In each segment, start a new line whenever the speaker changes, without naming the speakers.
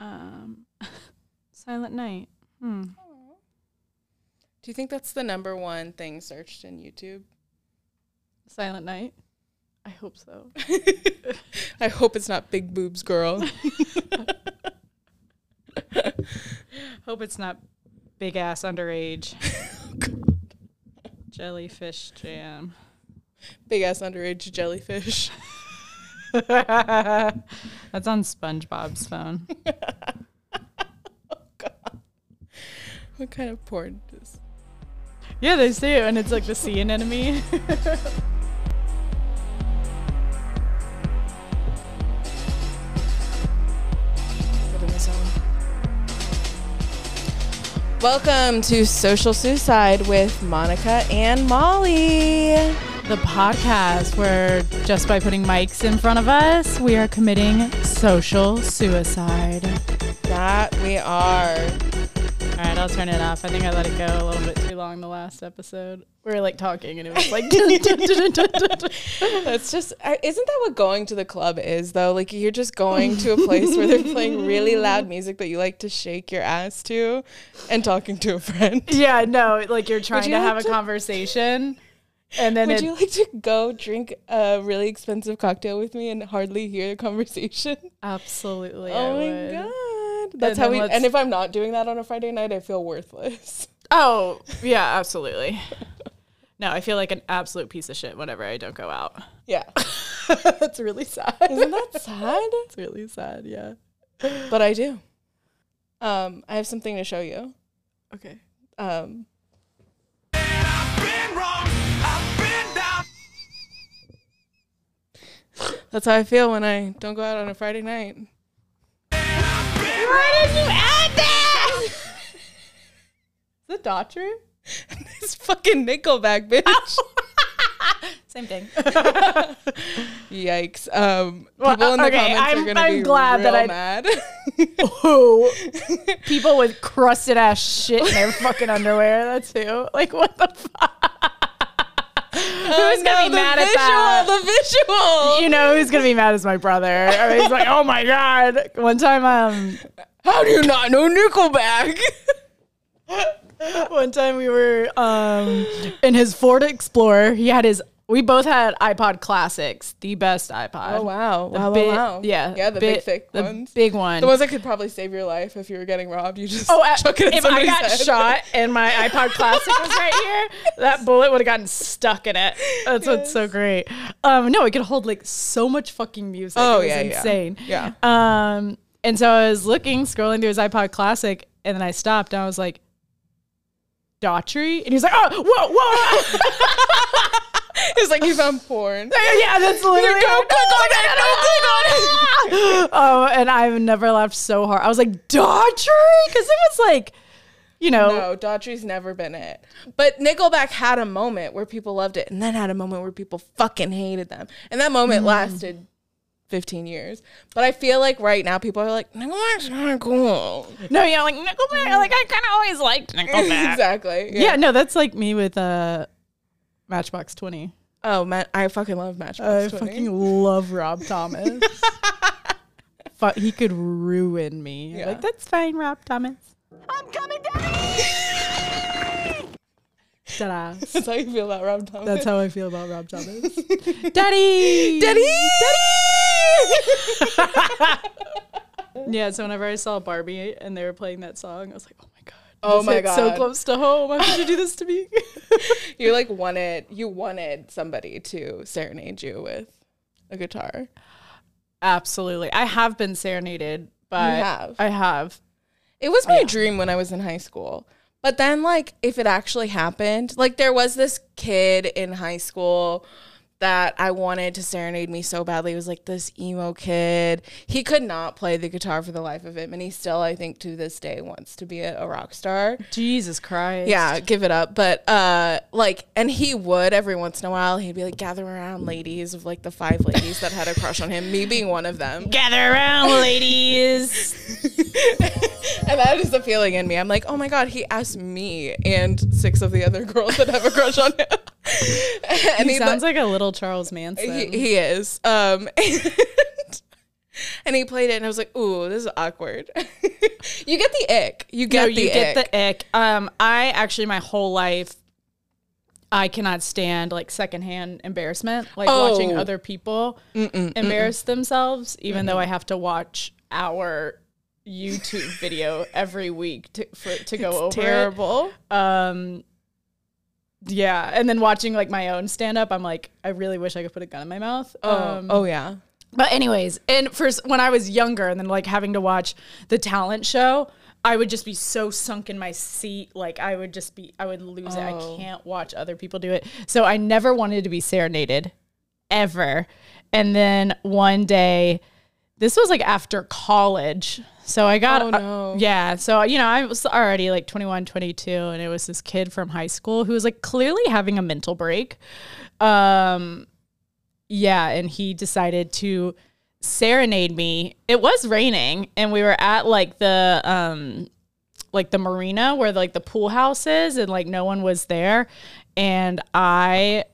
Um, Silent Night. Hmm.
Do you think that's the number one thing searched in YouTube?
Silent Night. I hope so.
I hope it's not big boobs girl.
Hope it's not big ass underage. Jellyfish jam.
big ass underage jellyfish.
That's on SpongeBob's phone.
What kind of porn is
Yeah, they say it, and it's like the sea anemone.
in the zone? Welcome to Social Suicide with Monica and Molly.
the podcast where just by putting mics in front of us, we are committing social suicide.
That we are.
All right, I'll turn it off. I think I let it go a little bit too long the last episode. We were like talking, and it was like. dun, dun, dun, dun, dun, dun.
That's just, I- isn't that what going to the club is, though? Like, you're just going to a place where they're playing really loud music that you like to shake your ass to and talking to a friend.
Yeah, no, like you're trying
you
to
like
have a
to-
conversation, and then
Would
it,
you like to go drink a really expensive cocktail with me and hardly hear the conversation?
absolutely. I would.
oh my god, that's
And then
how we.
let's-
And if I'm not doing that on a Friday night, I feel worthless.
Oh yeah, absolutely. No, I feel like an absolute piece of shit whenever I don't go out.
Yeah,
That's really sad.
isn't that sad?
It's really sad. Yeah.
But I do. Um, I have something to show you.
Okay.
Um,
been wrong. I've been down.
that's how I feel when I don't go out on a Friday night.
Why did you add that? Is it Daughtry?
it's fucking Nickelback, bitch.
Same thing.
Yikes. Um,
Well,
people in the
okay,
comments
I'm-
are gonna
I'm
be
glad
real
that I-
mad.
Who? People with crusted ass shit in their fucking underwear. That's who. Like what the fuck?
Oh,
who's gonna
no,
be
the
mad at
visual,
that?
The visual.
you know who's gonna be mad is my brother. I mean, he's like, oh my god. One time, um,
How do you not know Nickelback?
one time we were um in his Ford Explorer. He had his. We both had iPod Classics, the best iPod.
Oh wow!
The
wow,
big-
wow, wow!
Yeah.
yeah, the
bi-
big thick
the
ones.
Big one.
the ones that could probably save your life if you were getting robbed. You just
Oh, uh,
chuck it at
if I
somebody's
got
head.
shot and my iPod Classic was right here, that bullet would have gotten stuck in it. That's what's so great. Um, no, it could hold like so much fucking music. it
Oh,
was
yeah, yeah.
insane.
Yeah.
Um, and so I was looking, scrolling through his iPod Classic, and then I stopped and I was like, Daughtry, and he's like, "Oh, whoa, whoa!"
it's like you found porn.
yeah, that's literally.
Go, click on
it, go, click on it. Oh, and I've never laughed so hard. I was like, "Daughtry," because it was like, you know,
No, Daughtry's never been it. But Nickelback had a moment where people loved it, and then had a moment where people fucking hated them, and that moment
Hmm.
lasted. 15 years. But I feel like right now people are like, Nickelback's not cool.
No, yeah, like Nickelback. Like I kind of always liked Nickelback.
Mm. exactly. Yeah.
Yeah, no, that's like me with uh, Matchbox Twenty.
Oh, man. I fucking love
I
Matchbox 20.
fucking love Rob Thomas. Fu he could ruin me.
Yeah.
Like that's fine, Rob Thomas.
I'm coming down.
Ta-da.
That's how you feel about Rob Thomas.
That's how I feel about Rob Thomas. Daddy,
Daddy!
Yeah. So whenever I saw Barbie and they were playing that song, I was like, oh my god.
Oh
This
my
hit So
God.
close to home. Why would you do this to me?
you like wanted you wanted somebody to serenade you with a guitar.
Absolutely. I have been serenaded by.
have.
I have.
It was my dream when I was in high school. But then like if it actually happened, like there was this kid in high school that I wanted to serenade me so badly. It was like this emo kid. He could not play the guitar for the life of him and he still I think to this day wants to be a, a rock star.
Jesus Christ.
Yeah, give it up. But uh like and he would every once in a while he'd be like gather around ladies of like the five ladies that had a crush on him, me being one of them.
Gather around, ladies.
And that is the feeling in me. I'm like, oh my god, he asked me and six of the other girls that have a crush on him. and
he
he's
sounds like a little Charles Manson.
he, he is. Um and and he played it, and I was like, "Ooh, this is awkward." you get the ick. You get
no,
the
you get
ick.
the ick. Um, I actually my whole life, I cannot stand like secondhand embarrassment, like watching
Oh.
other people embarrass themselves. Even though I have to watch our YouTube video every week to for, to go over. it.
terrible.
Um, yeah, and then watching like my own stand up, I'm like, I really wish I could put a gun in my mouth.
Oh,
Um,
oh yeah.
but anyways, and first when I was younger, and then like having to watch the talent show, I would just be so sunk in my seat, like I would just be, I would lose it. I
Oh.
can't watch other people do it. So I never wanted to be serenaded, ever. And then one day, this was like after college, so I got
Oh,
uh,
no.
yeah. So you know, I was already like 21, 22, and it was this kid from high school who was like clearly having a mental break. Um, yeah, and he decided to serenade me. It was raining, and we were at like the um like the marina where like the pool house is, and like no one was there, and I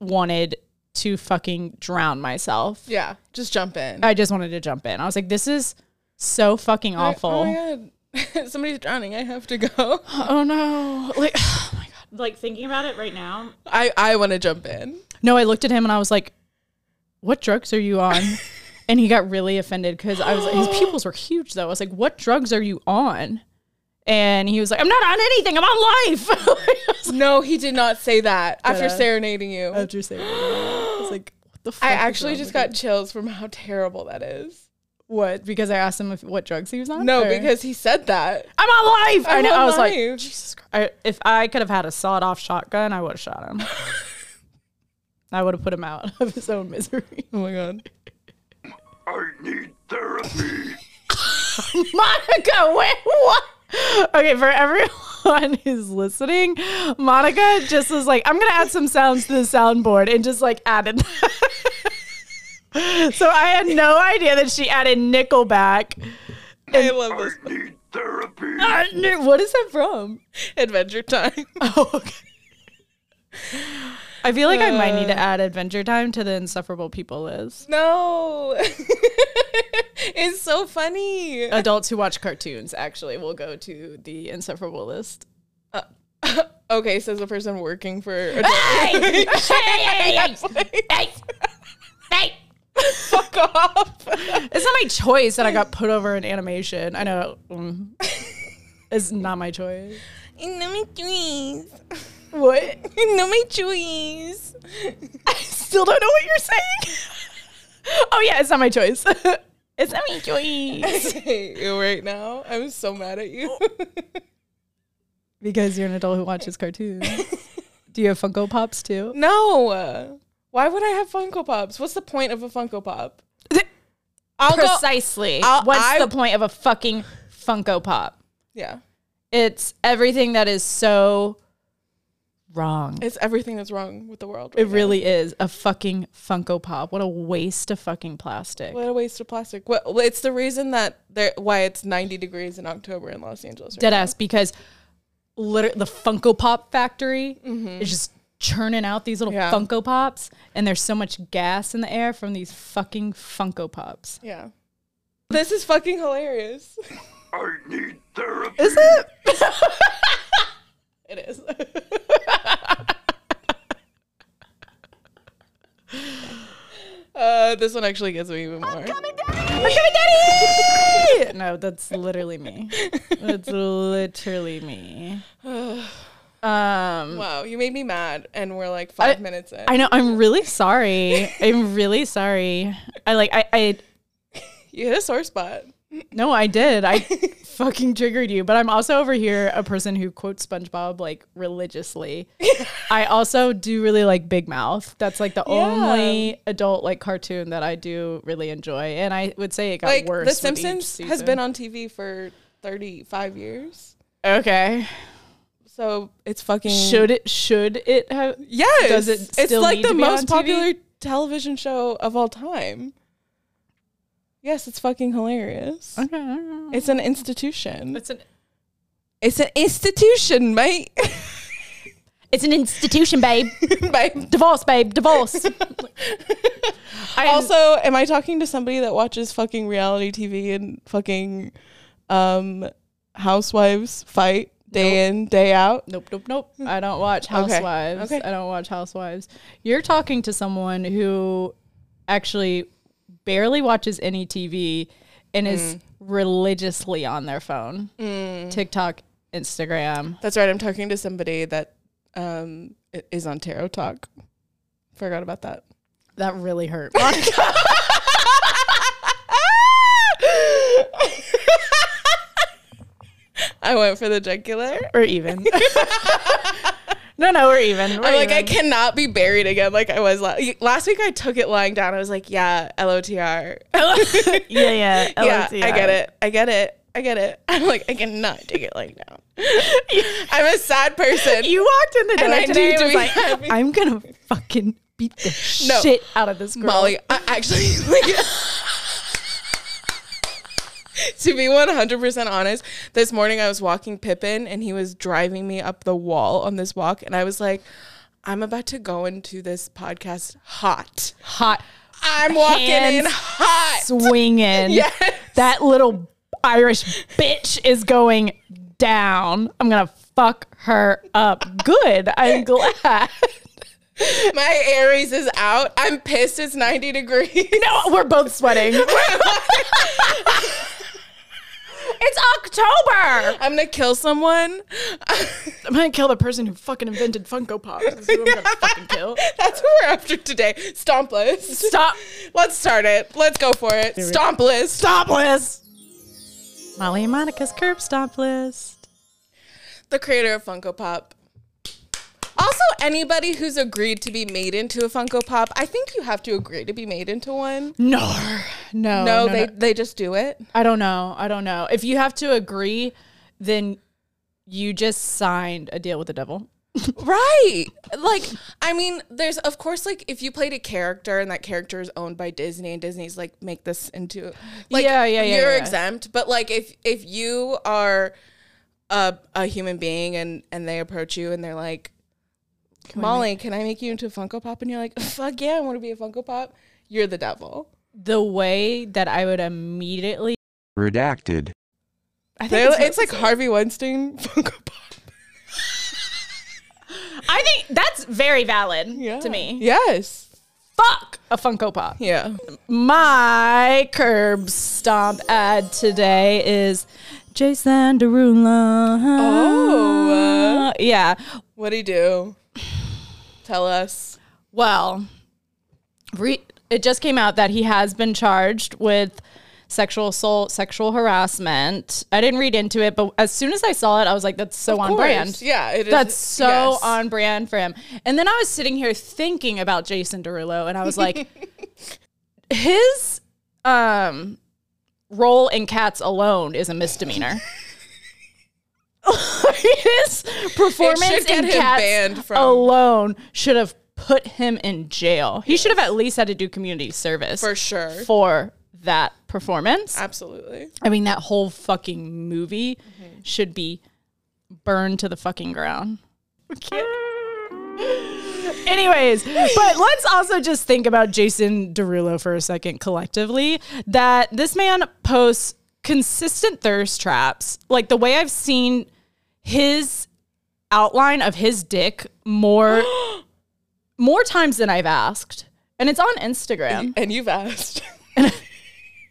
wanted to fucking drown myself.
Yeah. Just jump in.
I just wanted to jump in. I was like, this is so fucking
I-
awful.
oh my god. Somebody's drowning. I have to go.
oh no! Like, oh my god! Like thinking about it right now,
I I want to jump in.
No, I looked at him and I was like, "What drugs are you on?" and he got really offended because I was his pupils were huge though. I was like, "What drugs are you on?" And he was like, "I'm not on anything. I'm on life." I was
No, he did not say that after
Did I?
serenading you.
like, I was like, "What the?" Fuck
I
is
actually
wrong
just
with
got
you?
chills from how terrible that is.
what because I asked him if, what drugs he was on.
No,
or-
because he said that.
I'm on life. i
I'm
know.
on
I was like,
life.
Jesus Christ. I, if I could have had a sawed off shotgun, I would have shot him. I would have put him out of his own misery.
Oh my god.
I need therapy.
Monica, wait, what? Okay, for everyone who's listening, Monica just was like, I'm gonna add some sounds to the soundboard and just like added that. so I had no idea that she added Nickelback.
I love this
Need therapy.
Uh, Ni- What is that from?
adventure time.
Oh, okay. I feel like I might need to add Adventure Time to the insufferable people list.
no. it's so funny.
Adults who watch cartoons actually will go to the insufferable list.
Okay, says the person working for a
Hey!
fuck off.
It's not my choice that I got put over in animation. I know. mm. It's not my choice.
No my choice.
What?
No my choice.
I still don't know what you're saying. oh, yeah, it's not my choice. it's not my choice.
I hate you right now. I'm so mad at you.
Because you're an adult who watches cartoons. Do you have Funko Pops too?
no. Why would I have Funko Pops? What's the point of a Funko Pop? I'll go-
Precisely.
I'll-
What's
I-
the point of a fucking Funko Pop?
Yeah.
It's everything that is so wrong.
It's everything that's wrong with the world.
It
right now.
really is a fucking Funko Pop. What a waste of fucking plastic.
What a waste of plastic. What, well, it's the reason that there why it's 90 degrees in October in Los Angeles. Right
Dead ass because liter- the Funko Pop factory is just churning out these little
Yeah.
Funko Pops, and there's so much gas in the air from these fucking Funko Pops.
now. Yeah. This is fucking hilarious.
I need therapy.
Is it?
It is. uh, this one actually gets me even
Oh,
more.
no, that's literally me. That's literally me. Um,
Wow, you made me mad, and we're like five
I-
minutes in.
I know. I'm really sorry. I'm really sorry. I like. I. I
you hit a sore spot.
No, I did. I fucking triggered you. But I'm also over here a person who quotes SpongeBob like religiously. I also do really like Big Mouth. That's like the only adult like cartoon that I do really enjoy. And I would say it got
Like
worse.
The
with each
Simpsons has
season.
been on TV for 35 years,
okay.
so it's fucking
Should it? Should it have?
Yes.
Does it
it's
still
like
need
the
to be on
most
TV?
popular television show of all time. Yes, it's fucking hilarious.
Oh. Okay.
It's an institution.
It's an.
It's an institution, mate.
It's an institution, babe.
Bye.
divorce, babe. Divorce. I am-
Also, am I talking to somebody that watches fucking reality TV and fucking um housewives fight day in, day out?
Nope, nope, nope. I don't watch Housewives.
Okay.
I don't watch Housewives. You're talking to someone who actually barely watches any TV and is religiously on their phone, Mm. TikTok, Instagram.
That's right. I'm talking to somebody that um i- is on Tarot Talk. Forgot about that.
That really hurt.
I went for the jugular.
we're even. no, no, we're even. We're
I'm like, I
even.
cannot be buried again like I was la- last week. I took it lying down. I was like, yeah, LOTR.
yeah, yeah,
yeah, I
LOTR.
get it. I get it. I get it. I'm like, I cannot take it lying down. I'm a sad person.
You walked in the door
And I
today
need
and
to
was
be
like,
happy.
I'm gonna fucking beat the
No.
shit out of this girl.
Molly, I actually like To be 100% honest, this morning I was walking Pippin and he was driving me up the wall on this walk and I was like, I'm about to go into this podcast hot.
hot,
I'm walking in
Hands
hot.
swinging.
Yes.
that little Irish bitch is going down. I'm gonna fuck her up. Good. I'm glad.
My Aries is out. I'm pissed it's 90 degrees.
No, we're both sweating. it's October.
I'm going to kill someone.
I'm gonna kill the person who fucking invented Funko Pops. That's who I'm gonna fucking kill.
That's what we're after today. Stomp list.
Stop.
Let's start it. Let's go for it. Stomp list.
Stop list. Molly and Monica's curb stop list.
The creator of Funko Pop. Also, anybody who's agreed to be made into a Funko Pop, I think you have to agree to be made into one.
No, no,
No, they, they just do it.
I don't know. I don't know. If you have to agree, then you just signed a deal with the devil.
Right. Like, I mean, there's, of course, like, if you played a character and that character is owned by Disney and Disney's like, make this into, like,
Yeah, yeah, yeah,
you're
yeah.
exempt. But, like, if, if you are a, a human being and, and they approach you and they're like, Molly, can I make you into a Funko Pop? And you're like, fuck yeah, I want to be a Funko Pop. You're the devil.
The way that I would immediately,
Redacted.
I think
They're-
it's,
It's, like Harvey Weinstein Funko Pop.
I think that's very valid
Yeah.
to me.
Yes.
Fuck a Funko Pop.
Yeah.
My curb stomp ad today is Jason Derulo.
Oh, uh,
yeah.
What'd he do? Tell us.
Well, re- it just came out that he has been charged with sexual assault, sexual harassment. I didn't read into it, but as soon as I saw it, I was like, that's so
Of
on
course.
brand.
Yeah, it is.
That's so
yes.
on brand for him. And then I was sitting here thinking about Jason Derulo, and I was like, his um, role in Cats alone is a misdemeanor. his performance
get
in
him
Cats
banned from-
alone should have put him in jail. He should have at least had to do community service
For sure.
for that performance.
Absolutely.
I mean, that whole fucking movie should be burned to the fucking ground. Anyways, but let's also just think about Jason Derulo for a second collectively. That this man posts consistent thirst traps. Like the way I've seen his outline of his dick more more times than I've asked. And it's on Instagram
And you've asked.
and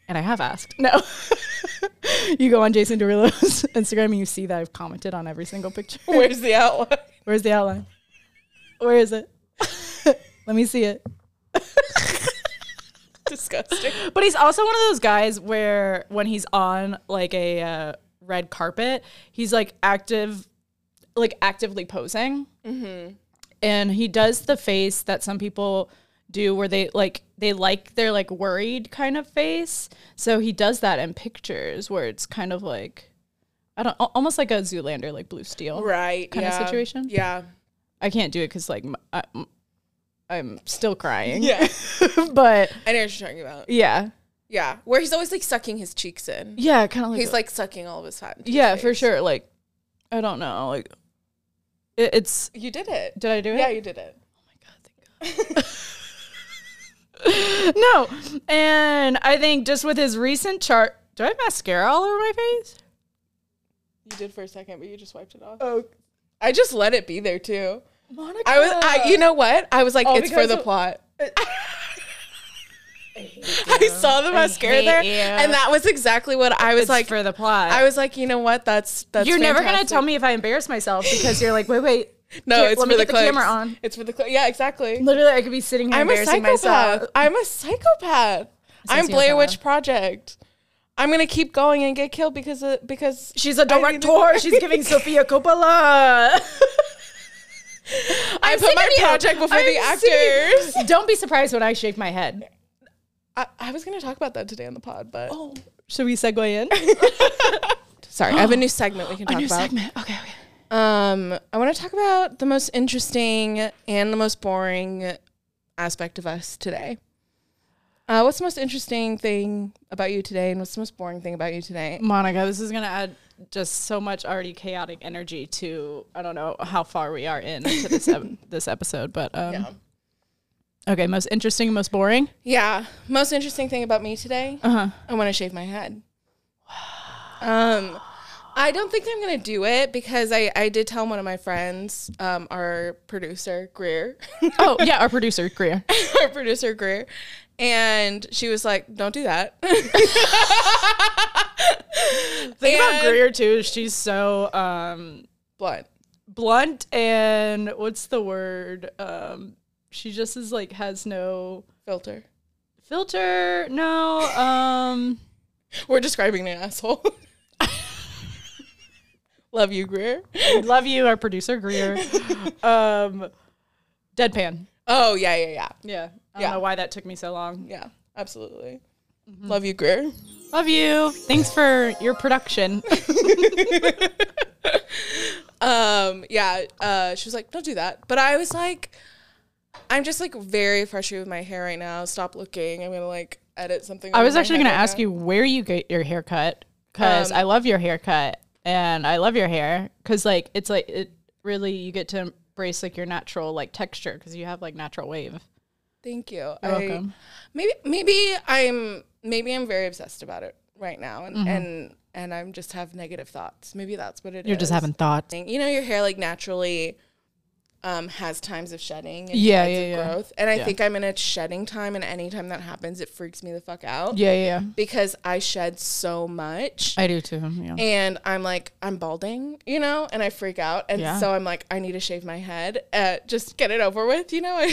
I have asked. No. you go on Jason Derulo's Instagram and you see that I've commented on every single picture.
Where's the outline?
Where's the outline? Where is it? Let me see it.
Disgusting.
But he's also one of those guys where when he's on like a uh, red carpet, he's like active, like actively posing,
Mm-hmm.
and he does the face that some people do where they like they like their like worried kind of face. So he does that in pictures where it's kind of like I don't al- almost like a Zoolander like blue steel.
Right.
Kind of
yeah.
situation?
Yeah.
I can't do it because like m- I, m- I'm still crying.
Yeah.
but
I know what you're talking about.
yeah,
Yeah. Where he's always like sucking his cheeks in.
yeah, kind of like
He's like sucking all of his time.
yeah for sure like i don't know like It, it's
You did it.
did I do it?
yeah, you did it.
No. And I think just with his recent chart, do I have mascara all over my face?
You did for a second, but you just wiped it off. Oh, I just let it be there too.
Monica.
I was, I, you know what? I was like,
Ah. All
it's for
because
the
of-
plot. I saw the mascara
hate
there,
you.
and that was exactly what I was
it's
like.
for the plot.
I was like, you know what? That's that's.
you're never gonna
fantastic.
tell me if I embarrass myself because you're like, wait, wait.
No,
Here,
it's
let
for
me
the,
get the camera
clips.
on.
It's for the clip. Yeah, exactly.
Literally, I could be sitting here
I'm a
embarrassing
psychopath.
myself.
I'm a psychopath. I'm Blair Witch Project. I'm gonna keep going and get killed because of, because
She's a
I need to-
director. She's giving Sophia Coppola.
I put my project before the actors.
Don't be surprised when I shake my head.
I, I was gonna talk about that today on the pod, but
Oh. Should we segue in?
sorry, I have a new segment we can talk about.
Okay, okay.
Um, I want to talk about the most interesting and the most boring aspect of us today. Uh, what's the most interesting thing about you today, and what's the most boring thing about you today?
Monica, this is gonna add just so much already chaotic energy to I don't know how far we are in to this ep- this episode, but um, okay, most interesting, and most boring.
Yeah, most interesting thing about me today.
Uh huh.
I want to shave my head. Um, I don't think I'm gonna do it because I I did tell one of my friends, um, our producer Greer,
Oh yeah, our producer Greer.
our producer Greer, and she was like, "Don't do that."
Think about
And-
Greer too. She's so um,
Blunt.
blunt and what's the word? Um, she just is like has no
filter.
filter. No. Um,
We're describing an asshole. Love you, Greer.
love you, our producer Greer. Um, deadpan.
Oh yeah, yeah, yeah,
Yeah. I
Yeah.
don't know why that took me so long.
yeah. Absolutely.
Mm-hmm.
Love you, Greer.
Love you. Thanks for your production.
Um, yeah. Uh, she was like, "Don't do that," but I was like, "I'm just like very frustrated with my hair right now. Stop looking. I'm gonna like edit something."
I
over
was
my
actually
head
going to
right
ask
now."
you where you get your haircut because
Um,
I love your haircut and I love your hair because like it's like it really you get to embrace like your natural like texture because you have like natural wave.
Thank you.
You're
I-
welcome.
Maybe, maybe I'm maybe I'm very obsessed about it right now, and
Mm-hmm.
and and I'm just have negative thoughts. Maybe that's what it
You're just
is.
having thoughts.
thing. You know, your hair like naturally um, has times of shedding and
Yeah,
times
yeah,
of
yeah.
growth. And I
Yeah.
think I'm in a shedding time, and anytime that happens, it freaks me the fuck out
Yeah, yeah.
because I shed so much.
I do too. Yeah.
and I'm like, I'm balding, you know, and I freak out. And
Yeah.
so I'm like, I need to shave my head. Uh, just get it over with, you know?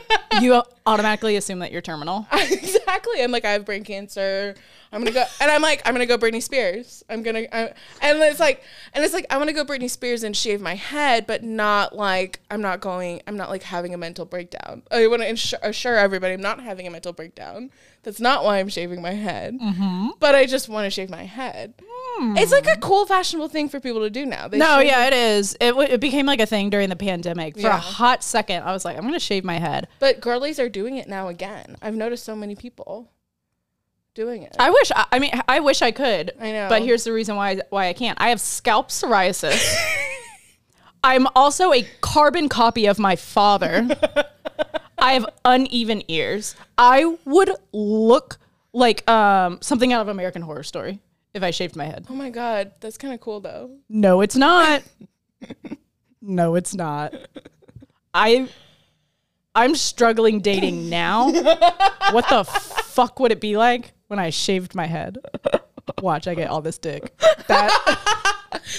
you automatically assume that you're terminal.
exactly. I'm like, I have brain cancer. I'm gonna go, and I'm like, I'm gonna go Britney Spears. I'm gonna, I, and it's like, and it's like, I want to go Britney Spears and shave my head, but not like I'm not going. I'm not like having a mental breakdown. I want to insure, assure everybody I'm not having a mental breakdown. That's not why I'm shaving my head.
Mm-hmm.
But I just want to shave my head. It's like a cool, fashionable thing for people to do now. They
Hmm. No,
shave-
yeah, it is. It, w- it became like a thing during the pandemic. For
Yeah.
a hot second, I was like, I'm going to shave my head.
But girlies are doing it now again. I've noticed so many people doing it.
I wish. I, I mean, I wish I could.
I know.
But here's the reason why why I can't. I have scalp psoriasis. I'm also a carbon copy of my father. I have uneven ears. I would look like um, something out of American Horror Story if I shaved my head.
oh my god, that's kind of cool though.
No, it's not. no, it's not. I I'm struggling dating now. what the fuck would it be like when I shaved my head? Watch, I get all this dick. That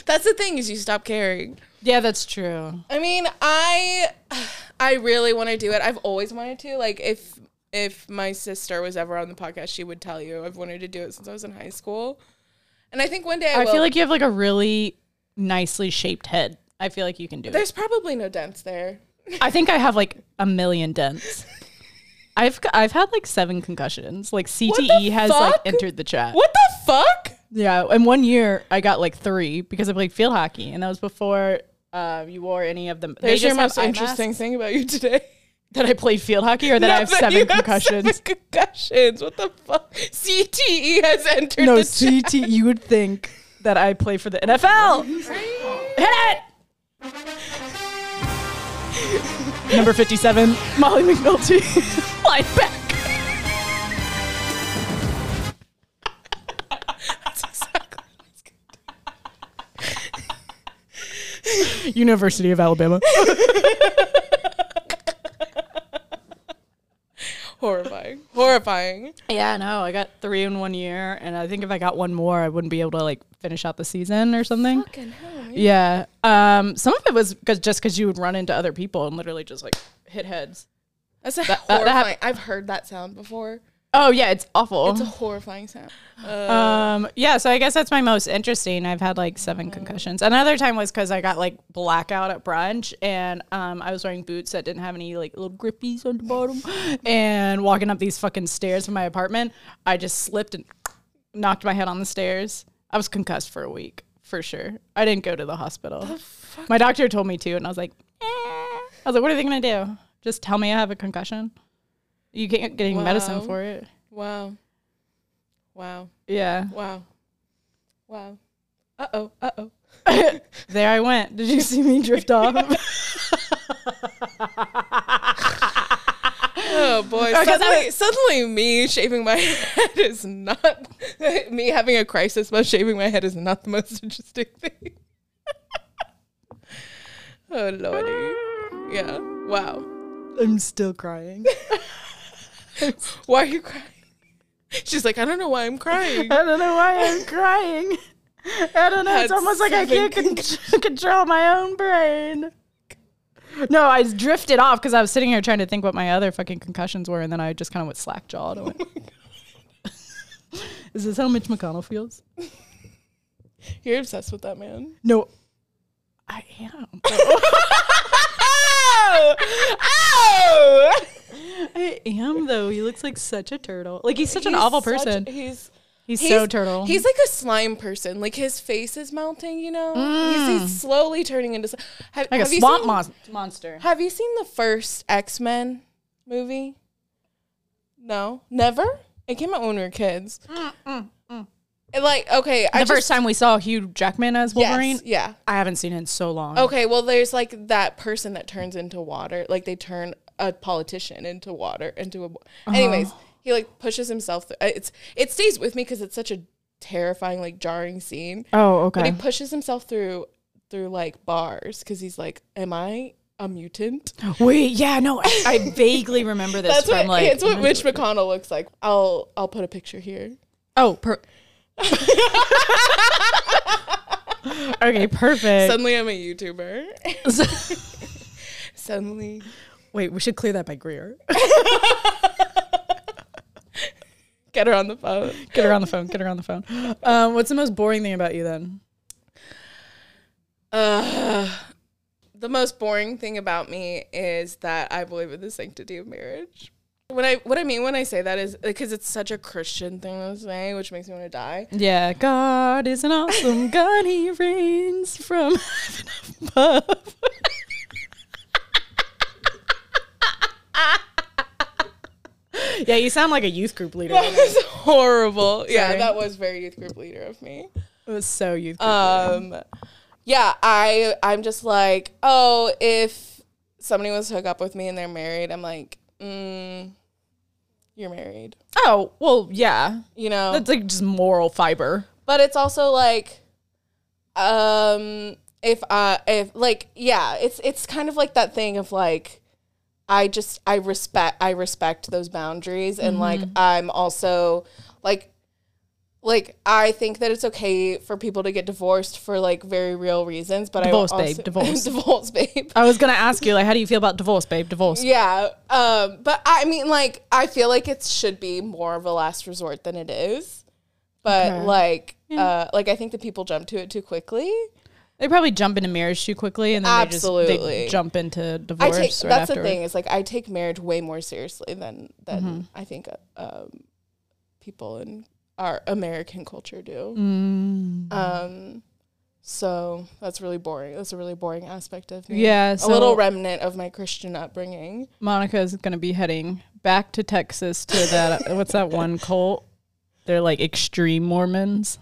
That's the thing is you stop caring.
Yeah, that's true.
I mean, I I really want to do it. I've always wanted to. Like if if my sister was ever on the podcast, she would tell you I've wanted to do it since I was in high school. And I think one day I,
I
will.
feel like you have like a really nicely shaped head. I feel like you can do it.
there's probably no dents there.
I think I have like a million dents. I've I've had like seven concussions. Like CTE has like
fuck?
entered the chat.
What the fuck?
Yeah, and one year I got like three because I played field hockey, and that was before uh, you wore any of them.
There's your
have
most
eye
interesting
masks.
thing about you today.
that I played field hockey, or that I have
Not that
seven
you
concussions.
seven concussions. What the fuck? CTE has entered
no,
the chat.
CT. You would think that I play for the NFL. Hit it. Number 57, Molly McNulty, linebacker. University of Alabama.
Horrifying. Horrifying.
Yeah, no, I got three in one year, and I think if I got one more, I wouldn't be able to like finish out the season or something.
Fucking hell.
Yeah. Um, some of it was cause, just because you would run into other people and literally just like hit heads.
That's a
that
horrifying.
hap-
I've heard that sound before.
Oh yeah, it's awful.
It's a horrifying sound.
um, yeah, so I guess that's my most interesting. I've had like seven concussions. Another time was because I got like blackout at brunch, and um, I was wearing boots that didn't have any like little grippies on the bottom, and walking up these fucking stairs from my apartment, I just slipped and knocked my head on the stairs. I was concussed for a week for sure. I didn't go to the hospital. My doctor told me to, and I was like, eh. I was like, what are they gonna do? Just tell me I have a concussion. You can't get any medicine
Wow.
for it.
Wow. Wow.
Yeah.
Wow. Wow. Uh oh. Uh oh.
There I went. Did you see me drift off?
Oh boy.
Okay, that
Suddenly, suddenly me shaving my head is not me having a crisis about shaving my head is not the most interesting thing. oh lordy. Yeah. Wow.
I'm still crying.
Why are you crying? She's like, I don't know why I'm crying.
I don't know why I'm crying. I don't know.
Had
it's almost like I
seven
can't con- control my own brain. No, I drifted off because I was sitting here trying to think what my other fucking concussions were, and then I just kind of went slack jawed. I went, Is this how Mitch McConnell feels?
You're obsessed with that man.
No, I am.
Oh! Oh!
I am though. He looks like such a turtle. Like he's such an awful
such-
person.
he's
he's,
he's
so turtle.
He's like a slime person. Like his face is melting. You know, he's, he's slowly turning into sli- have,
Mm. like a
have you
swamp
seen-
mon- monster.
Have you seen the first X Men movie? No, never. It came out when we were kids. And, Like okay, I
Mm, the
just,
first time we saw Hugh Jackman as
yes, Oh.
Wolverine,
yeah.
I haven't seen it in so long.
Okay, well, there's like that person that turns into water. Like they turn a politician into water into a.
Uh-huh.
Anyways, he like pushes himself. Th- uh, it's it stays with me because it's such a terrifying, like jarring scene.
Oh, okay.
But he pushes himself through through like bars because he's like, "Am I a mutant?"
Wait, yeah, no, I, I vaguely remember this
That's
from
what "Oh
like.
it's what Mitch McConnell looks like. I'll I'll put a picture here.
oh, per- okay, perfect.
Suddenly, I'm a YouTuber. Suddenly,
Wait, we should clear that by Greer.
get her on the phone.
Get her on the phone. Get her on the phone. Um, what's the most boring thing about you then?
Uh, the most boring thing about me is that I believe in the sanctity of marriage. When I what I mean when I say that is because it's such a Christian thing to say, which makes me want to die.
Yeah, God is an awesome God. He reigns from above. yeah, you sound like a youth group leader.
That was horrible. Yeah,
Sorry.
that was very youth group leader of me.
It was so youth group.
Um, yeah, I I'm just like, oh, if somebody was to hook up with me and they're married, I'm like, mm, you're married,
oh, well, yeah.
you know.
That's like just moral fiber.
but it's also like um if uh if like yeah it's it's kind of like that thing of like i just i respect i respect those boundaries and like i'm also like like i think that it's okay for people to get divorced for like very real reasons but
Divorce,
i
babe,
also,
divorce.
divorce babe
I was going to ask you, like, how do you feel about divorce, babe? Divorce.
yeah um but i mean like i feel like it should be more of a last resort than it is but
Okay.
like uh like i think that people jump to it too quickly
They probably jump into marriage too quickly and then they just
Absolutely.
they jump into divorce
i take
right
that's
afterwards.
the thing is like i take marriage way more seriously than than
Mm-hmm.
i think uh, um people in our american culture do
Mm-hmm. Mm,
um so that's really boring that's a really boring aspect of me
Yeah,
a little
so-
remnant of my christian upbringing
Monica is going to be heading back to Texas to that. what's that one cult? They're like extreme Mormons.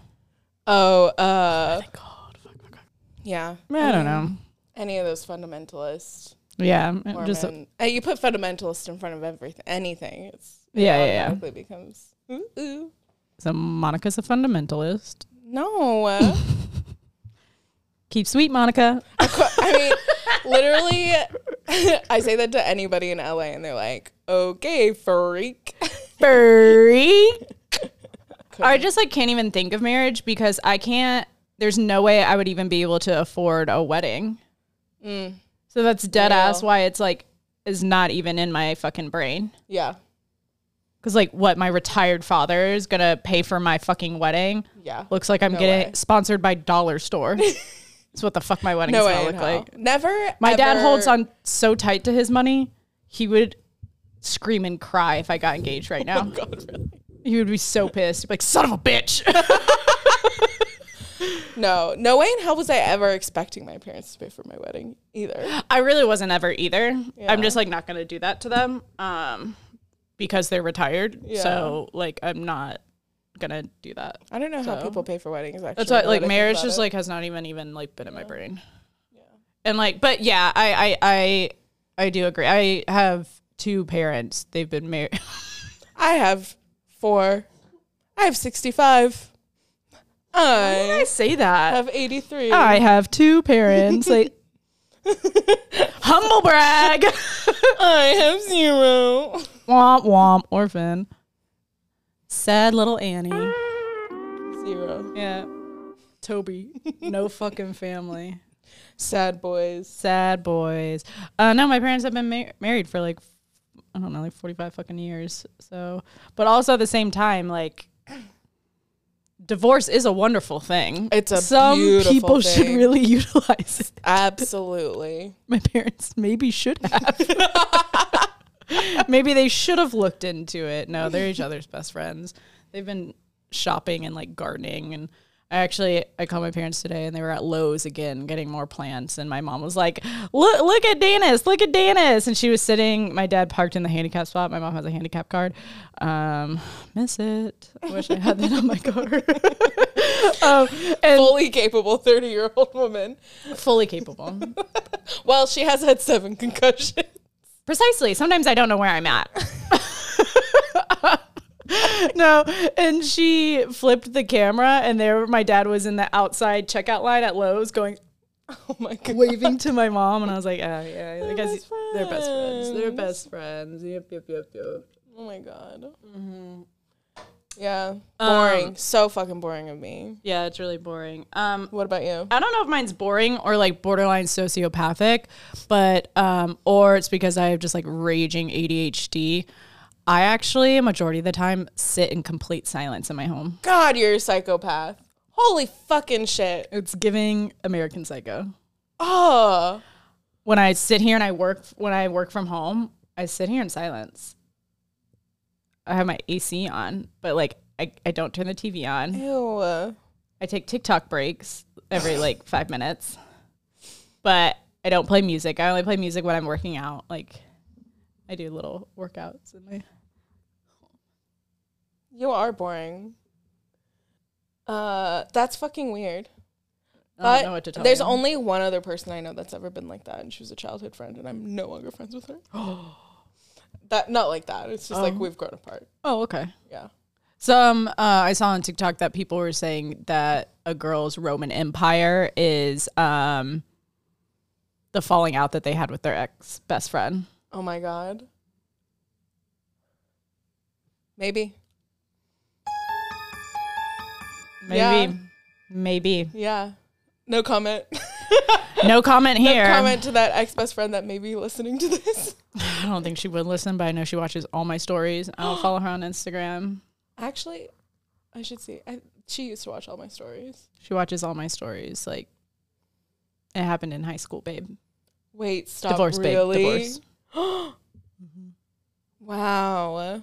oh uh
God, fuck, fuck, fuck.
yeah
I don't know.
any of those fundamentalist
Yeah.
Mormon.
Just
Uh, you put fundamentalist in front of everything, anything. It's it
Yeah, yeah, yeah.
automatically becomes ooh, ooh.
so Monica's a fundamentalist.
No, uh,
Keep sweet, Monica.
I mean, literally, I say that to anybody in LA, and they're like, "Okay, freak."
Freak. I just like can't even think of marriage because I can't. There's no way I would even be able to afford a wedding. Mm. So that's dead ass.
Real.
Why it's like is not even in my fucking brain.
yeah,
Because like, what my retired father is gonna pay for my fucking wedding?
yeah.
Looks like I'm
No
getting
way.
sponsored by Dollar Store. That's what the fuck my wedding's
no way.
gonna
in
look
hell.
like.
Never.
My dad
ever-
holds on so tight to his money, he would scream and cry if I got engaged right now.
Oh God, really?
He would be so pissed. He'd be like, son of a bitch.
No, no way in hell was I ever expecting my parents to pay for my wedding either.
I really wasn't ever either. I'm just like not gonna do that to them. Um because they're retired. So like I'm not gonna do that.
I don't know how people pay for weddings. Actually,
That's why
now
like
that I think
marriage
about
just
it.
like has not even even like been in my brain. And like but yeah, I I I I do agree. I have two parents. They've been married.
I have four. I have sixty-five. I
say that.
have eighty-three.
I have two parents. Like humble brag.
I have zero.
womp womp orphan. Sad little Annie.
Zero.
Yeah. Toby. No fucking family.
Sad boys.
Sad boys. Uh no, my parents have been ma- married for like I don't know, like 45 fucking years. So, but also at the same time like divorce is a wonderful thing.
It's a
Some
beautiful
people should
thing.
really utilize it.
Absolutely.
my parents maybe should have. maybe they should have looked into it. No, they're each other's best friends. They've been shopping and like gardening and I actually I called my parents today and they were at Lowe's again getting more plants and my mom was like, "Look look at Danis, look at Danis." And she was sitting, my dad parked in the handicap spot. My mom has a handicap card. Um, miss it. I wish I had that on my car. um, and
Fully capable 30 year old woman.
fully capable.
Well, she has had seven concussions.
Precisely. Sometimes I don't know where I'm at. no, and she flipped the camera, and there my dad was in the outside checkout line at Lowe's, going
Oh my God.
waving to my mom, and I was like, "Oh yeah, I guess
best
they're best friends. They're best friends. Yep, yep, yep, yep."
Oh my God. Yeah. Boring. so fucking boring of me.
Yeah, it's really boring. Um,
What about you?
I don't know if mine's boring or like borderline sociopathic, but um, or it's because I have just like raging ADHD. I actually, majority of the time, sit in complete silence in my home.
God, you're a psychopath. Holy fucking shit.
It's giving American Psycho.
Oh.
When I sit here and I work, when I work from home, I sit here in silence. I have my AC on, but like I, I don't turn the TV on.
Ew.
I take TikTok breaks every like five minutes, but I don't play music. I only play music when I'm working out. Like I do little workouts in my.
You are boring. Uh, that's fucking weird. But
Oh, know what to tell
there's
you.
only one other person I know that's ever been like that, and she was a childhood friend, and I'm no longer friends with her. that not like that. It's just like we've grown apart.
Oh, okay.
Yeah.
Some uh, I saw on TikTok that people were saying that a girl's Roman Empire is um, the falling out that they had with their ex best friend.
Oh my god. Maybe.
Maybe,
Yeah.
maybe.
Yeah. No comment.
No comment here.
comment to that ex best friend that may be listening to this.
I don't think she would listen, but I know she watches all my stories. I don't follow her on Instagram.
Actually, I should see. I, she used to watch all my stories.
She watches all my stories. Like it happened in high school, babe.
Wait, stop.
Divorce, babe.
really? Mm-hmm.
Divorce.
Wow.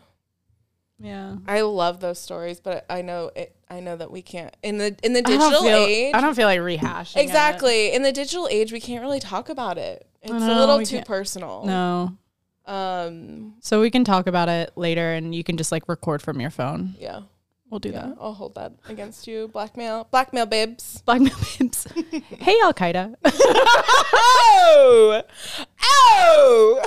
Yeah.
I love those stories, but I know it. I know that we can't in the in the digital
feel,
age.
I don't feel like rehashing. it.
exactly in the digital age, we can't really talk about it. It's
know,
a little
we
too
can't.
personal.
No.
Um.
So we can talk about it later and you can just like record from your phone.
Yeah.
We'll do
Yeah.
that.
I'll hold that against you. Blackmail. Blackmail, babes.
Blackmail babes. hey Al Qaeda.
Oh. Oh!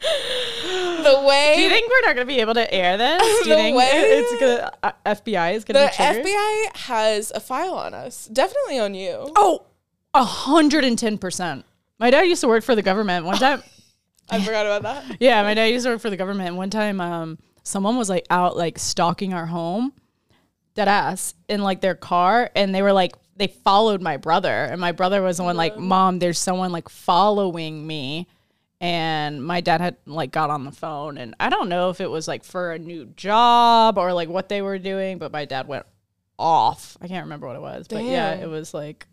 the way
Do you think we're not going to be able to air this? Do you
The
think
way-
it's gonna uh, FBI is going to
the
be triggered?
FBI has a file on us, definitely on you.
Oh, hundred and ten percent. My dad used to work for the government. One time,
I forgot about that.
yeah, my dad used to work for the government. One time, um, someone was like out like stalking our home, dead ass, in like their car, and they were like they followed my brother, and my brother was the one like, "Mom, there's someone like following me." And my dad had like got on the phone, and I don't know if it was like for a new job or like what they were doing, but my dad went off. I can't remember what it was, but yeah,
Damn.
it was like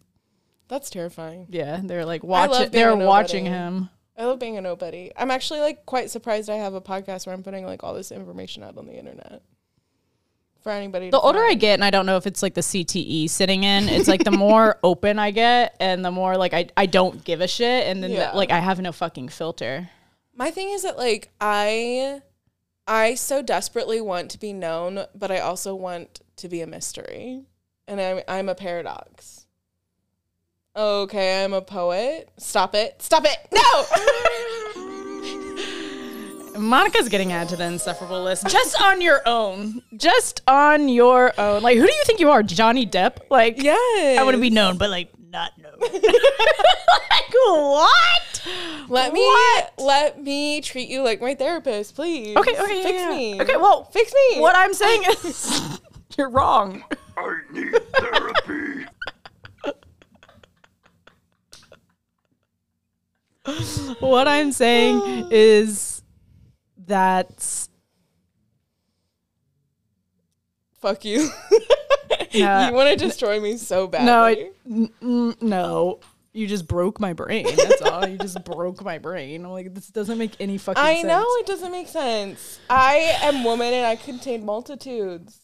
That's terrifying.
yeah, they're like watching.
love being
They're
a nobody.
watching him.
I love being a nobody. I'm actually like quite surprised I have a podcast where I'm putting like all this information out on the internet for anybody.
The older I get, and I don't know if it's like the CTE sitting in, it's like the more open I get, and the more like I, I don't give a shit, and then
Yeah.
like I have no fucking filter.
my thing is that like I, I so desperately want to be known, but I also want to be a mystery, and I'm I'm a paradox. Okay, I'm a poet. Stop it! Stop it! No.
Monica's getting added to the insufferable list just on your own, just on your own. Like, who do you think you are, Johnny Depp? Like,
yes.
I want to be known, but like not known. like what?
Let me
What?
let me treat you like my therapist, please.
Okay, okay,
fix
yeah, yeah.
me.
Okay, well,
fix me.
What I'm saying is, you're wrong.
I need therapy.
what I'm saying is that
Fuck you.
Yeah.
you want to destroy me so badly.
Uh, no, I, n- n- no, you just broke my brain. That's all. you just broke my brain. I'm like, this doesn't make any fucking
I
sense.
know it doesn't make sense. I am woman and I contain multitudes.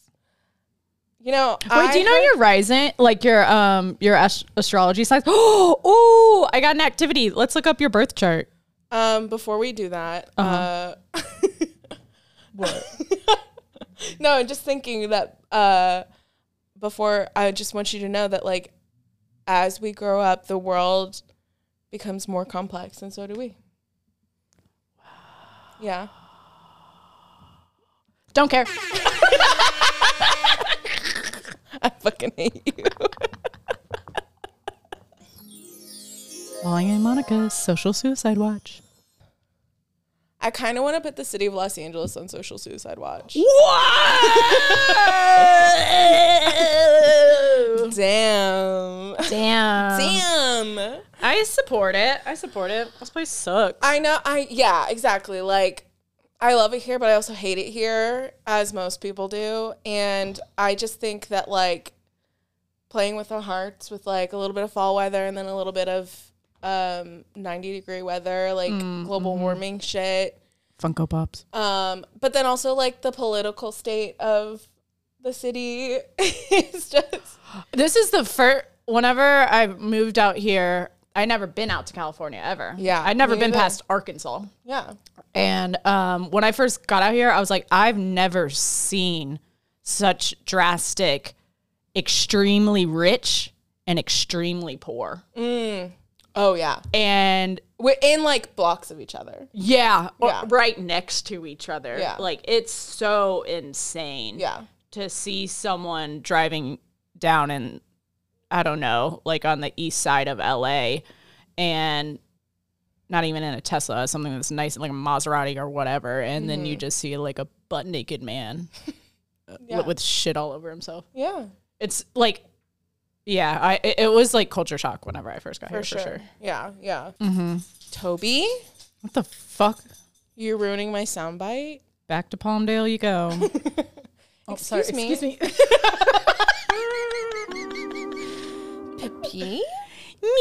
You know.
Wait, do you know your rising, like your um your ast- astrology signs? Oh, I got an activity. Let's look up your birth chart.
Um, before we do that, uh
Uh-huh. What?
no, I'm just thinking that uh, before I just want you to know that like as we grow up, the world becomes more complex, and so do we. Yeah.
Don't care.
I fucking hate you.
Molly and Monica's social suicide watch.
I kind of want to put the city of Los Angeles on social suicide watch. Oh.
What?
Damn.
Damn.
Damn.
I support it. I support it. This place sucks.
I know. I yeah, exactly. Like I love it here, but I also hate it here, as most people do. And I just think that like playing with our hearts with like a little bit of fall weather and then a little bit of um 90 degree weather, like global warming shit.
Funko Pops.
Um, but then also like the political state of the city is just
This is the first. Whenever I moved out here, I never been out to California ever.
Yeah,
I'd never
me
been
either.
past Arkansas.
yeah.
And um, when I first got out here, I was like, I've never seen such drastic, extremely rich and extremely poor.
Oh yeah.
And
We're in like blocks of each other.
yeah, or
Yeah.
right next to each other.
Yeah.
Like it's so insane.
Yeah.
to see someone driving down in I don't know, like on the east side of LA and not even in a Tesla, something that's nice like a Maserati or whatever, and then you just see like a butt naked man uh,
Yeah.
with shit all over himself.
yeah.
It's like yeah, I it, it was like culture shock whenever I first got here for sure.
Yeah, yeah.
Mm-hmm.
Toby,
What the fuck?
you're ruining my soundbite.
Back to Palmdale you go.
excuse me.
Oh, me.
Pee?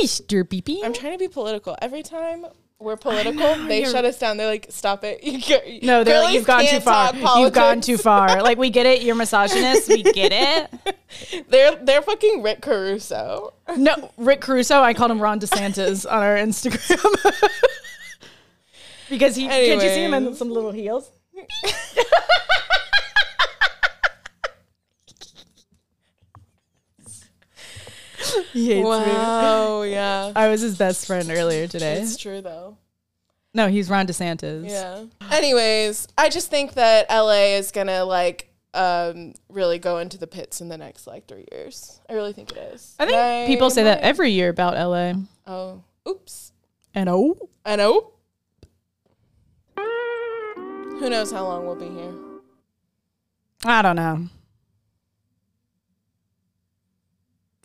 Mr. Beepy.
I'm trying to be political. Every time we're political, they shut us down. They're like, "Stop it!" You get,
No, they're like,
girlies
you've gone too
can't
far.
talk
You've gone
politics."
too far. Like, we get it. You're misogynist. We get it.
They're they're fucking Rick Caruso.
No, Rick Caruso, I called him Ron DeSantis on our Instagram. because he, can't you see him in
Anyways.
some little heels? He hates me.
Wow, yeah.
I was his best friend earlier today.
It's true though.
No, he's Ron DeSantis.
Yeah. Anyways, I just think that LA is gonna like um really go into the pits in the next like three years. I really think it is.
I think
And
people say that
might-
every year about LA.
Oh, oops.
And oh,
I know. Who knows how long we'll be here?
I don't know.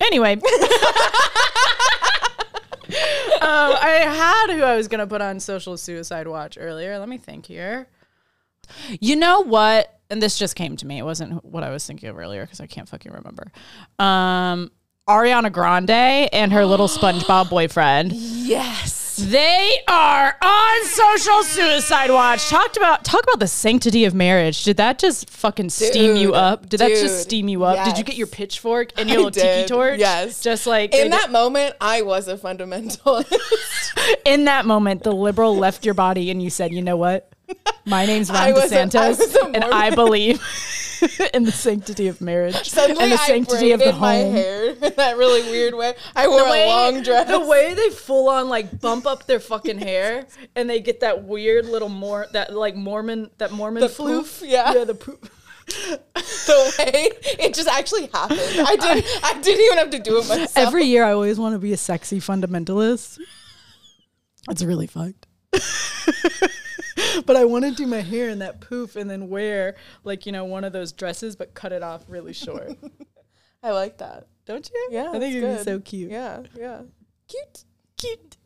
Anyway. um, Um, I had who I was going to put on social suicide watch earlier. Let me think here. You know what? And this just came to me. It wasn't what I was thinking of earlier because I can't fucking remember. Um, Ariana Grande and her little SpongeBob boyfriend.
Yes.
They are on social suicide watch. Talked about talk about the sanctity of marriage. Did that just fucking steam you
Dude,
up? Did that just
dude,
steam you up? Did you
yes.
get your pitchfork and your little tiki
did,
torch?
yes.
Just like
In that moment, I was a fundamentalist.
in that moment, the liberal left your body and you said, you know what? My name's Ron
I was a- I
DeSantis,
was a
and I
Mormon.
believe in the sanctity of marriage
Suddenly,
and the
I
sanctity of the
braided my
home.
hair in that really weird way. I wore a long dress.
The way they full on like bump up their fucking hair and they get that weird little more that like Mormon that Mormon
The
poof.
poof, yeah.
Yeah, the poof.
the way it just actually happened. I didn't. I didn't even have to do it myself.
Every year I always want to be a sexy fundamentalist. It's really fucked. but I want to do my hair in that poof and then wear like, you know, one of those dresses but cut it off really short.
I like that.
Don't you?
Yeah,
I think
it's
it'd be
good.
so cute.
Yeah, yeah. Cute.
Cute.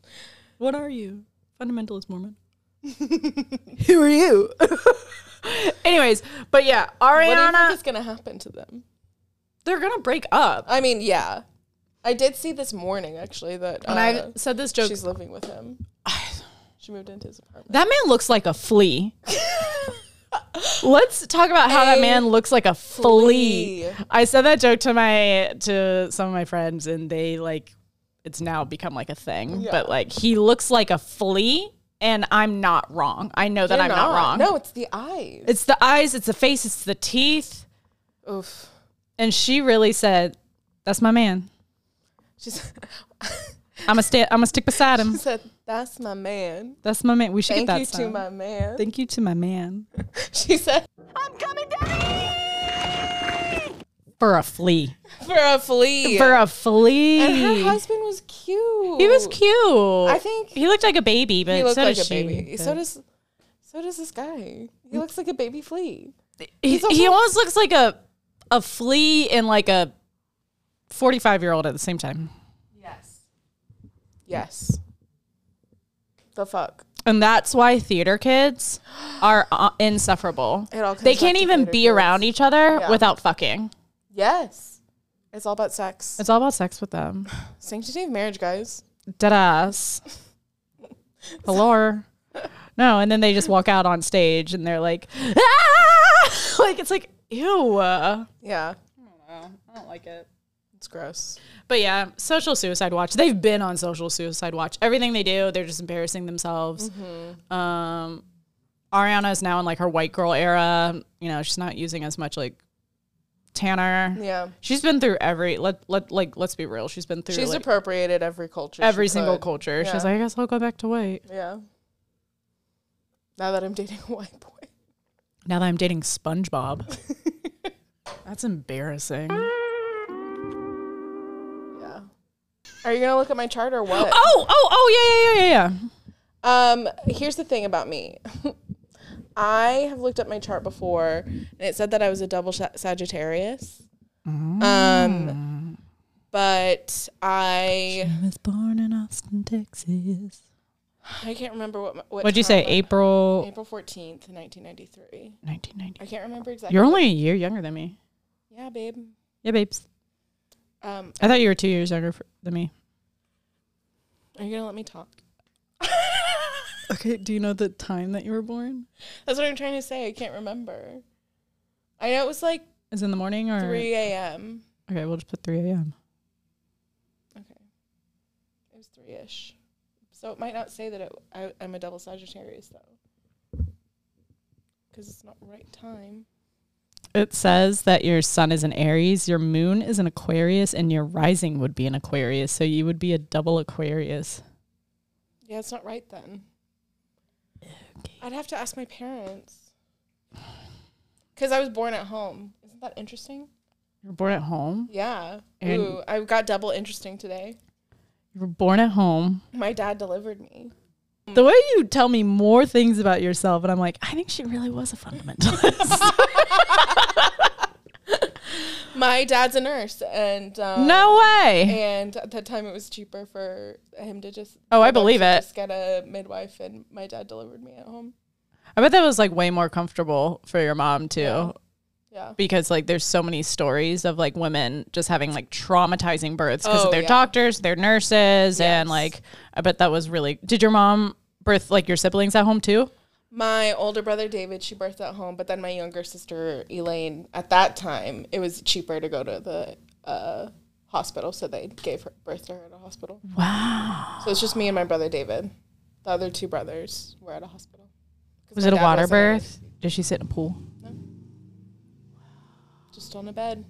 What are you? Fundamentalist Mormon. Who are you? Anyways, but yeah,
What do you think
Ariana, Uh,
is gonna happen to them?
they're gonna break up.
I mean, yeah. I did see this morning actually that
And
uh,
I've said this joke.
she's living with him. She moved into his apartment.
That man looks like a flea. Let's talk about how that
A
man looks like a flea.
flea.
I said that joke to my to some of my friends, and they like it's now become like a thing.
Yeah.
But like he looks like a flea, and I'm not wrong. I know that
You're
I'm not, wrong.
No, it's the eyes.
It's the eyes, it's the face, it's the teeth.
Oof.
And she really said, "That's my man.
She's.
I'm a sta- I'm a stick beside
She
him.
said, "That's my man.
That's my man. We should
Thank
get that
you to
song.
my man."
Thank you to my man
she said,
for a flea.
"For a flea."
For a flea.
and her husband was cute.
he was cute. I
think-
he looked like a baby, but
He looked
so
like a
does she.
baby. So does. So does this guy. He looks like a baby flea.
he,
he's also-
he almost looks like a a flea and like a 45 year old at the same time.
Yes. The fuck.
And that's why theater kids are uh, insufferable.
It all comes
They
back
can't
to
even
theater
be
kids.
around e- each other
Yeah.
without fucking.
Yes. It's all about sex.
It's all about sex with them.
Sanctity of marriage, guys.
Dead ass. Hello. No, and then they just walk out on stage and they're like, "Ah!" like it's like, ew. I
Yeah.
don't like it.
It's gross.
But yeah, social suicide watch. They've been on social suicide watch. Everything they do, they're just embarrassing themselves.
Mm-hmm.
Um, Ariana is now in like her white girl era. You know, she's not using as much like tanner.
Yeah.
She's been through every let let like let's be real. She's been through
She's
like,
appropriated every culture. she
every single
could.
culture.
Yeah.
She's like, I guess I'll go back to white.
Yeah. Now that I'm dating a white boy.
Now that I'm dating SpongeBob. That's embarrassing.
Yeah. Are you gonna look at my chart or what?
Oh, oh, oh, yeah, yeah, yeah, yeah, yeah.
Um, here's the thing about me. I have looked up my chart before, and it said that I was a double Sa- Sagittarius. Um, but
I
I
Mm. was born in Austin, Texas.
I can't remember what. my- what
What'd you
chart
say?
my-
April
April fourteenth, nineteen ninety three.
nineteen ninety.
I can't remember exactly.
You're only a year younger than me.
yeah, babe.
Yeah, babes.
Um,
I thought you were two years younger for, than me.
are you gonna let me talk?
Okay. Do you know the time that you were born?
That's what I'm trying to say. I can't remember. I know it was like
Is in the morning or
three a.m.
Okay, we'll just put three a.m.
Okay. It was three ish. So it might not say that it, I, I'm a double Sagittarius, though. Because it's not right time.
it says that your sun is an Aries, your moon is an Aquarius, and your rising would be an Aquarius. So you would be a double Aquarius.
Yeah, it's not right then. I'd have to ask my parents. Because I was born at home. Isn't that interesting?
You were born at home.
Yeah.
And-
Ooh, I got double interesting today.
You were born at home.
My dad delivered me.
The way you tell me more things about yourself, and I'm like, I think she really was a fundamentalist.
My dad's a nurse, and um,
no way.
And at that time, it was cheaper for him to just.
Oh, I
for them
believe
to
it.
Just get a midwife, and my dad delivered me at home.
I bet that was like way more comfortable for your mom too.
Yeah.
because like there's so many stories of like women just having like traumatizing births because
Oh,
they're
yeah.
doctors, they're nurses, and
Yes.
like I bet that was really. Did your mom birth like your siblings at home too?
My older brother David, she birthed at home, but then my younger sister Elaine, at that time, it was cheaper to go to the uh, hospital, so they gave her birth to her at a hospital.
Wow.
So it's just me and my brother David. The other two brothers were at a hospital. 'Cause
Was
my
it a
dad
water
wasn't able-
birth? Did she sit in a pool?
Just on a bed.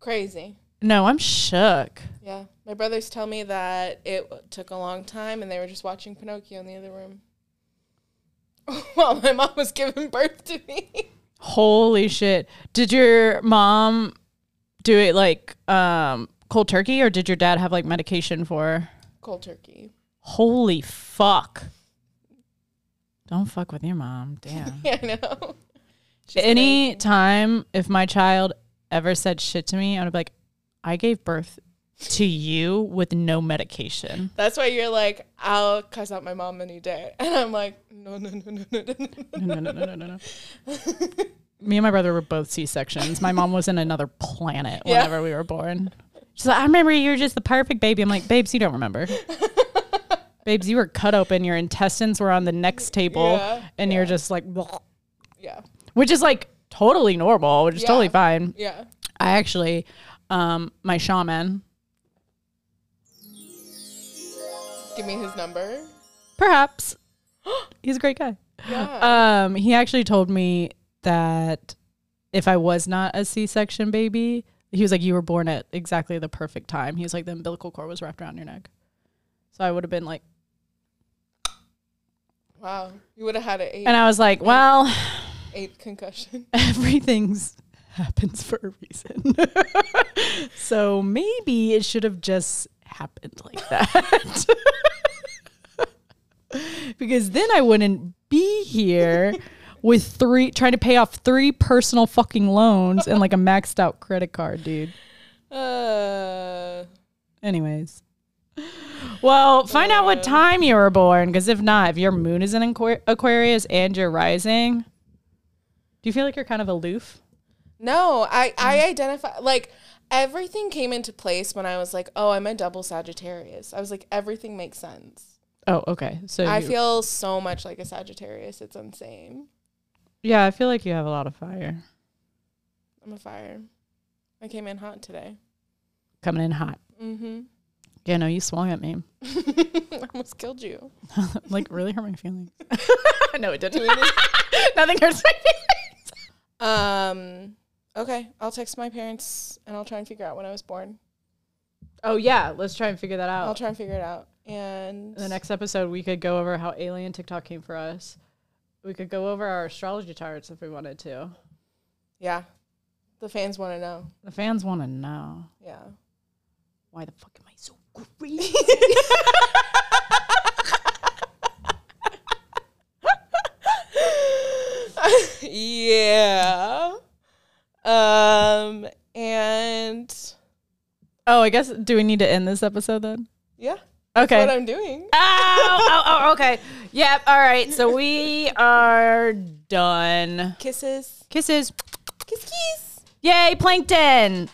Crazy.
No, I'm shook.
Yeah, my brothers tell me that it took a long time, and they were just watching Pinocchio in the other room while my mom was giving birth to me.
Holy shit. Did your mom do it like um cold turkey or did your dad have like medication for her?
Cold turkey.
Holy fuck. Don't fuck with your mom. Damn.
Yeah, I know. She's
any time if my child ever said shit to me, I would be like, I gave birth to you with no medication.
That's why you're like, I'll cuss out my mom any day, and I'm like, no, no, no, no, no, no, no.
No, no, no, no, no, no. me and my brother were both C sections. My mom was in another planet
Yeah.
whenever we were born. She's like, I remember you were just the perfect baby. I'm like, babes, you don't remember. babes, you were cut open. Your intestines were on the next table,
Yeah,
and you're just like, "Bleh,"
Yeah,
which is like totally normal, which is
Yeah.
totally fine.
yeah.
I actually, um, my shaman,
Give me his number.
perhaps he's a great guy.
Yeah.
Um, he actually told me that if I was not a C-section baby, he was like, "You were born at exactly the perfect time." He was like, "The umbilical cord was wrapped around your neck," so I would have been like,
wow, you would have had an eight,
and I was like, "Well,
eight concussion.
everything's." Happens for a reason. so maybe it should have just happened like that. because then I wouldn't be here with three trying to pay off three personal fucking loans and like a maxed out credit card, dude.
Uh,
Anyways. Well, find out what time you were born because if not, if your moon is in Aqu- Aquarius and you're rising, do you feel like you're kind of aloof?
No, I I identify like everything came into place when I was like, oh, I'm a double Sagittarius. I was like, everything makes sense.
Oh, okay. So
I
you-
feel so much like a Sagittarius. It's insane.
yeah, I feel like you have a lot of fire
I'm a fire. I came in hot today.
coming in hot.
Mm-hmm.
Yeah, no, you swung at me.
I almost killed you.
like really hurt my feelings. no, it didn't. Nothing hurts my feelings.
Um. Okay, I'll text my parents and I'll try and figure out when I was born.
Oh yeah, let's try and figure that
I'll
out.
try and figure it out. And
In the next episode, we could go over how alien TikTok came for us. We could go over our astrology charts if we wanted to.
yeah, the fans want to know.
The fans want to know
Yeah.
why the fuck am I so crazy?
yeah. Um and
oh, I guess do we need to end this episode then?
yeah,
Okay.
that's what I'm doing.
oh, oh, oh, okay. Yep. All right. So we are done.
Kisses.
Kisses.
Kiss kiss.
Yay, plankton.